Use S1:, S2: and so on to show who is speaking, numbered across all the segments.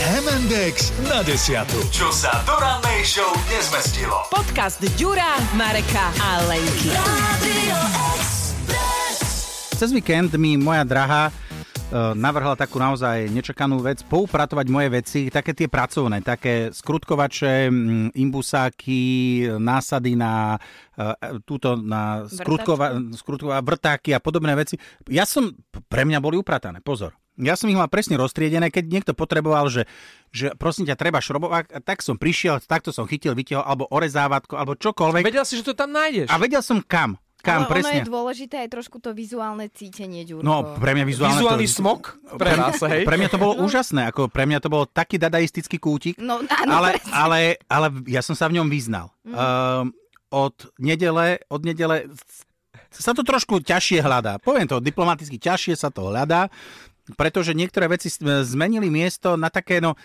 S1: Index na desiatu. Čo sa do rannej show nezmestilo.
S2: Podcast Ďura, Mareka a Lenky.
S3: Cez víkend mi moja drahá e, navrhla takú naozaj nečakanú vec, poupratovať moje veci, také tie pracovné, také skrutkovače, mm, imbusáky, násady na e, túto, na skrutkova, skrutkova, vrtáky a podobné veci. Ja som, pre mňa boli upratané, pozor. Ja som ich mal presne roztriedené, keď niekto potreboval, že, že prosím ťa, treba šrobovák, tak som prišiel, takto som chytil, vytiahol, alebo orezávatko, alebo čokoľvek.
S4: Vedel si, že to tam nájdeš.
S3: A vedel som kam. Kam,
S5: Ale
S3: presne.
S5: ono je dôležité aj trošku to vizuálne cítenie, Ďurko.
S3: No, pre mňa vizuálne
S4: Vizuálny
S3: to,
S4: smok pre nás, hej?
S3: Pre mňa to bolo úžasné, ako pre mňa to bol taký dadaistický kútik,
S5: No, áno,
S3: ale,
S5: presne. Mhm.
S3: ale, ale ja som sa v ňom vyznal. Mm. Um, od nedele, od nedele sa to trošku ťažšie hľadá. Poviem to, diplomaticky ťažšie sa to hľadá, pretože niektoré veci s- zmenili miesto na také, no,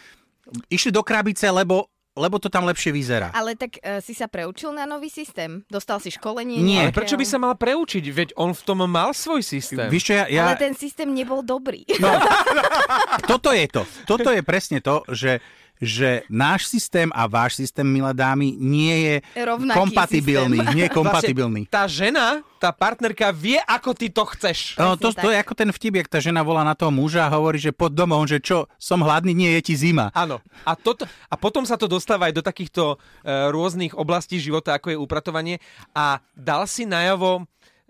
S3: išli do krabice, lebo, lebo to tam lepšie vyzerá.
S5: ale tak e, si sa preučil na nový systém? Dostal si školenie?
S3: Nie.
S4: Ale prečo by sa mal preučiť? Veď on v tom mal svoj systém.
S3: Víš čo, ja, ja...
S5: Ja... Ale ten systém nebol dobrý.
S3: No, toto je to. Toto je presne to, že že náš systém a váš systém, milé dámy, nie je
S5: Rovnaký
S3: kompatibilný.
S5: systém.
S3: Nie je kompatibilný.
S4: Vlastne, tá žena, tá partnerka vie, ako ty to chceš.
S3: No, to,
S5: Presne
S3: to je ako ten vtip, jak tá žena volá na toho muža a hovorí, že pod domom, že čo, som hladný, nie je ti zima.
S4: Áno. A, toto, a potom sa to dostáva aj do takýchto e, rôznych oblastí života, ako je upratovanie. A dal si najavo,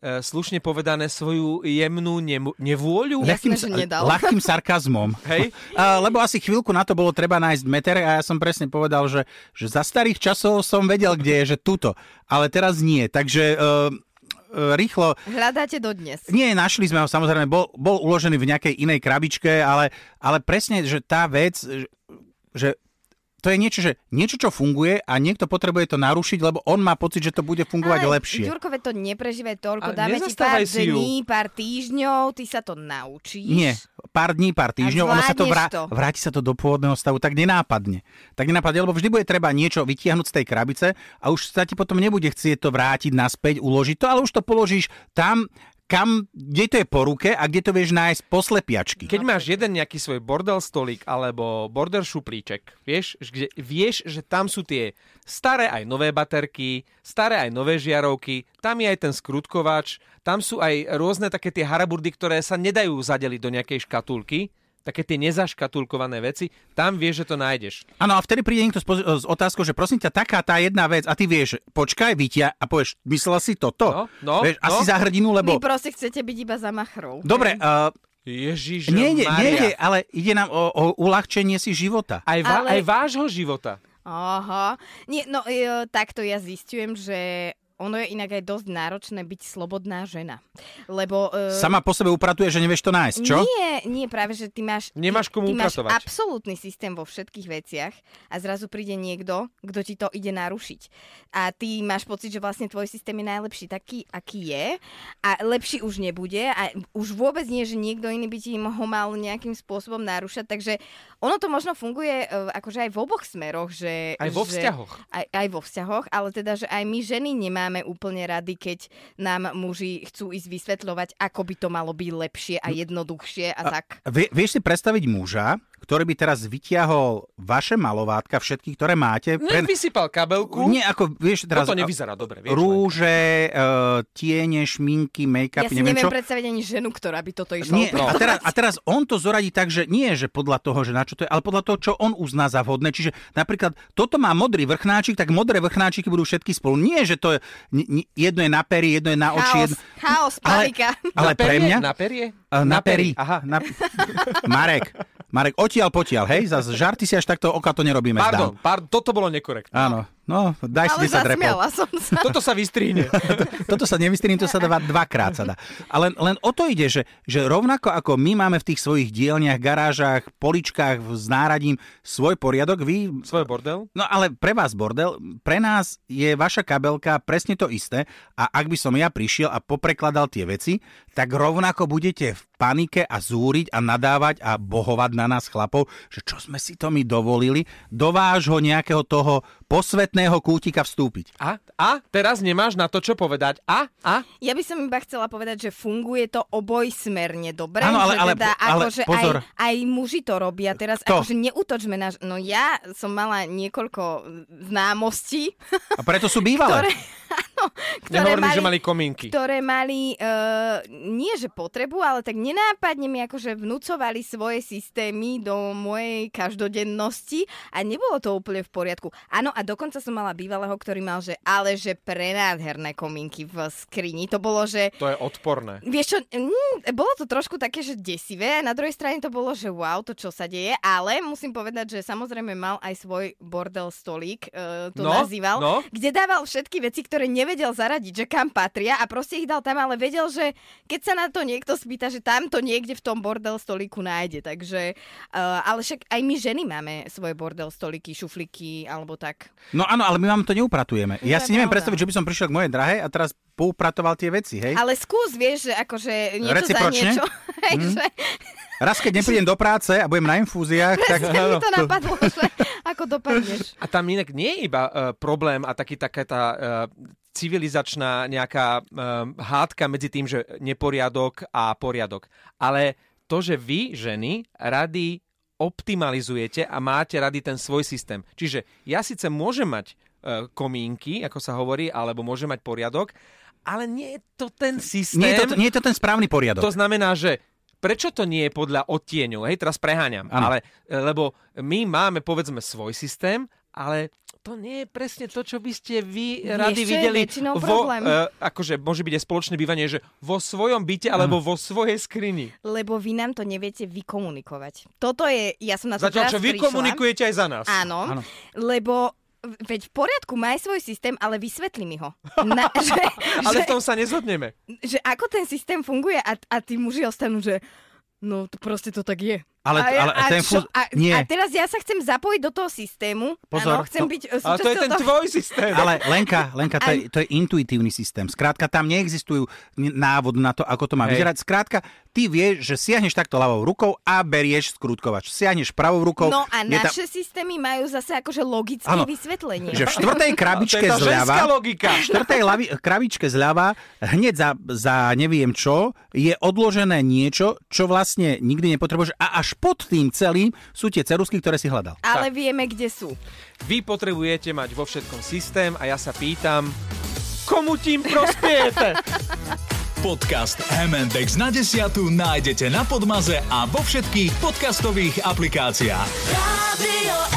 S4: e, slušne povedané, svoju jemnú nemu- nevôľu.
S5: Ja- Jasné, že
S3: sa-
S5: nedal.
S3: ľahkým sarkazmom.
S4: Hej.
S3: A, lebo asi chvíľku na to bolo treba nájsť meter a ja som presne povedal, že, že za starých časov som vedel, kde je, že tuto. Ale teraz nie. Takže uh, rýchlo
S5: Hľadáte dodnes.
S3: Nie, našli sme ho, samozrejme, bol, bol uložený v nejakej inej krabičke, ale, ale presne, že tá vec, že- že to je niečo, že niečo, čo funguje a niekto potrebuje to narušiť, lebo on má pocit, že to bude fungovať
S5: Ale,
S3: lepšie.
S5: Ďurko, veď to neprežívaj toľko.
S4: Ale
S5: Dáme ti
S4: nezastávaj
S5: pár
S4: si ju.
S5: dní, pár týždňov, ty sa to naučíš.
S3: Nie, pár dní, pár týždňov, ono sa to, vrá,
S5: zvládneš to.
S3: vráti sa to do pôvodného stavu, tak nenápadne. Tak nenápadne, lebo vždy bude treba niečo vytiahnuť z tej krabice a už sa ti potom nebude chcieť to vrátiť naspäť, uložiť to, ale už to položíš tam, kam, kde to je po ruke a kde to vieš nájsť poslepiačky.
S4: Keď máš jeden nejaký svoj bordel stolík alebo border šuplíček, vieš, že- kde, vieš, že tam sú tie staré aj nové baterky, staré aj nové žiarovky, tam je aj ten skrutkovač, tam sú aj rôzne také tie haraburdy, ktoré sa nedajú zadeliť do nejakej škatulky, také tie nezaškatulkované veci, tam vieš, že to nájdeš.
S3: Áno, a vtedy príde niekto s, poz- s otázkou, že prosím ťa, taká tá jedna vec a ty vieš, počkaj, vytia a povieš, myslela si toto?
S4: No, no,
S3: vieš,
S4: no.
S3: asi za hrdinu,
S5: Vy
S3: lebo...
S5: proste chcete byť iba za machrou.
S3: Dobre, uh,
S4: Ježiš,
S3: nejde, nejde, ale ide nám o, o uľahčenie si života.
S4: Aj, va-
S5: Ale-
S4: aj vášho života.
S5: Aha. Nie, no e, takto ja zistujem, že ono je inak aj dosť náročné byť slobodná žena. Lebo... E,
S3: Sama po sebe upratuje, že nevieš to nájsť, čo?
S5: Nie, nie, práve, že ty máš...
S4: Nemáš komu
S5: ty, ty máš
S4: upratovať.
S5: absolútny systém vo všetkých veciach a zrazu príde niekto, kto ti to ide narušiť. A ty máš pocit, že vlastne tvoj systém je najlepší taký, aký je a lepší už nebude a už vôbec nie, že niekto iný by ti im ho mal nejakým spôsobom narúšať. Takže ono to možno funguje e, akože aj v oboch smeroch, že...
S4: Aj vo
S5: že,
S4: vzťahoch.
S5: aj, aj vo vzťahoch, ale teda, že aj my ženy nemáme úplne rady, keď nám muži chcú ísť vysvetľovať, ako by to malo byť lepšie
S3: No,
S5: a jednoduchšie a, tak.
S3: Vie, vieš si predstaviť muža, ktorý by teraz vytiahol vaše malovátka, všetky, ktoré máte,
S4: Len vysypal kabelku,
S3: nie, ako, vieš, teraz... eh,
S4: toto nevyzerá dobre. Vieš,
S3: Rúže, uh, tiene, šminky,
S5: Ja
S3: make-up,
S5: si
S3: neviem čo.
S5: neviem predstaviť ani ženu, ktorá by toto išla
S3: Nie, a,
S5: upratovať.
S3: teraz, a teraz on to zoradí tak, že nie, že podľa toho, že na čo to je, ale podľa toho, čo on uzná za vhodné. Čiže napríklad toto má modrý vrchnáčik, tak modré vrchnáčiky budú všetky spolu. Nie, že to je, ni- ni- jedno je na pery, jedno je na no, oči.
S5: Chaos,
S3: Jedno,
S5: chaos,
S3: ale,
S5: panika.
S3: ale
S4: na perie,
S3: pre mňa...
S4: Na perie?
S3: Eh, na pery.
S4: Aha.
S3: Na, Marek, Marek, otial potial, hej? Zas žarty si až takto oka to nerobíme.
S4: Pardon,
S3: zdám.
S4: pardon, toto bolo nekorektné.
S3: Áno, no, daj
S5: Ale
S3: si 10 repov.
S5: zasmiala som sa.
S4: Toto sa vystrihne.
S3: Toto sa nevystrihne, to sa dáva dvakrát sa dá. Ale len o to ide, že, že rovnako ako my máme v tých svojich dielniach, garážach, poličkách s náradím svoj poriadok, vy...
S4: Svoj bordel?
S3: No ale pre vás bordel, pre nás je vaša kabelka presne to isté a ak by som ja prišiel a poprekladal tie veci, tak rovnako budete v panike a zúriť a nadávať a bohovať na nás chlapov, že čo sme si to my dovolili do vášho nejakého toho posvetného kútika vstúpiť.
S4: A, a teraz nemáš na to, čo povedať. A, a,
S5: Ja by som iba chcela povedať, že funguje to obojsmerne dobre.
S3: Áno, ale-
S5: že
S3: ale-
S5: teda,
S3: ale
S5: akože
S3: pozor.
S5: Aj, aj muži to robia teraz.
S3: Kto?
S5: Akože neutočme náš... No ja som mala niekoľko známostí,
S3: A preto sú bývalé.
S5: ktoré... Áno, ktoré
S4: nehovorím,
S5: mali,
S4: že mali kominky.
S5: ktoré mali uh, nie že potrebu, ale tak nenápadne mi akože vnúcovali svoje systémy do mojej každodennosti a nebolo to úplne v poriadku. Áno, a dokonca som mala bývalého, ktorý mal, že ale že prenádherné kominky v skrini. To bolo, že
S4: To je odporné.
S5: Vieš čo, mm, bolo to trošku také, že desivé, na druhej strane to bolo, že wow, to čo sa deje, ale musím povedať, že samozrejme mal aj svoj bordel stolík, e, to
S4: No,
S5: nazýval,
S4: no.
S5: kde dával všetky veci, ktoré nevedel zaradiť, že kam patria a proste ich dal tam, ale vedel, že keď sa na to niekto spýta, že tam to niekde v tom bordel stolíku nájde, takže, e, ale však aj my ženy máme svoje bordel stolíky, šuflíky alebo tak.
S3: No áno, ale my vám to neupratujeme. Ja
S5: To je
S3: si neviem
S5: pravda.
S3: predstaviť, že by som prišiel k mojej drahej a teraz poupratoval tie veci, hej?
S5: Ale skús, vieš, že akože niečo za
S3: Recipročne?
S5: niečo. Hej, že,
S3: Raz, keď neprídem do práce a budem na infúziách, tak...
S5: Presne mi to napadlo, že ako dopadneš.
S4: A tam inak nie je iba uh, problém a taký taká tá uh, civilizačná nejaká um, hádka medzi tým, že neporiadok a poriadok. Ale to, že vy, ženy, rady optimalizujete a máte rady ten svoj systém. Čiže ja síce môžem mať uh, komínky, ako sa hovorí, alebo môžem mať poriadok, ale nie je to ten systém.
S3: Nie je, to, nie je to ten správny poriadok.
S4: To znamená, že prečo to nie je podľa odtieňov? Hej, teraz preháňam,
S3: Áno.
S4: ale e, lebo my máme povedzme svoj systém, ale to nie je presne to, čo by ste vy rady
S5: čo je
S4: videli.
S5: väčšinou
S4: vo,
S5: problém?
S4: eh, akože môže byť aj spoločné bývanie, že vo svojom byte alebo vo svojej skrini.
S5: Lebo vy nám to neviete vykomunikovať. Toto je, ja som na to
S4: Zatiaľ,
S5: teraz
S4: čo vy
S5: prišla.
S4: komunikujete aj za nás.
S5: Áno,
S3: Áno.
S5: Áno, lebo v- veď v poriadku, má aj svoj systém, ale vysvetli mi ho. Na, že,
S4: Ale
S5: že,
S4: v tom sa nezhodneme.
S5: že ako ten systém funguje a, a tí muži ostanú, že no to proste to tak je.
S3: Ale-
S5: a, ja-
S3: ale
S5: a,
S3: ten
S5: čo,
S3: fú-
S5: a,
S3: nie.
S5: a teraz ja sa chcem zapojiť do toho systému.
S3: Pozor,
S5: áno, chcem
S3: to-
S5: byť
S4: Ale to
S5: e,
S4: je
S5: súčasťou
S4: ten
S5: toho-
S4: tvoj systém.
S3: Ale Lenka, Lenka to, je, to je intuitívny systém. Skrátka, tam neexistujú n- návod na to, ako to má
S4: Hej.
S3: vyzerať. Skrátka, ty vieš, že siahneš takto ľavou rukou a berieš skrutkovač. Siahneš pravou rukou.
S5: No a
S3: je tam-
S5: naše systémy majú zase akože logické
S3: Áno.
S5: vysvetlenie.
S3: že v štvrtej krabičke
S4: to je tá ženská
S3: zľava,
S4: logika.
S3: v štvrtej lavi, krabičke zľava, hneď za, za neviem čo, je odložené niečo, čo vlastne nikdy nepotrebuješ a až pod tým celým sú tie cerusky, ktoré si hľadal.
S5: Ale vieme, kde sú.
S4: Vy potrebujete mať vo všetkom systém a ja sa pýtam, komu tým prospiejete?
S1: Podcast MNDX na desiatu nájdete na Podmaze a vo všetkých podcastových aplikáciách.
S6: Radio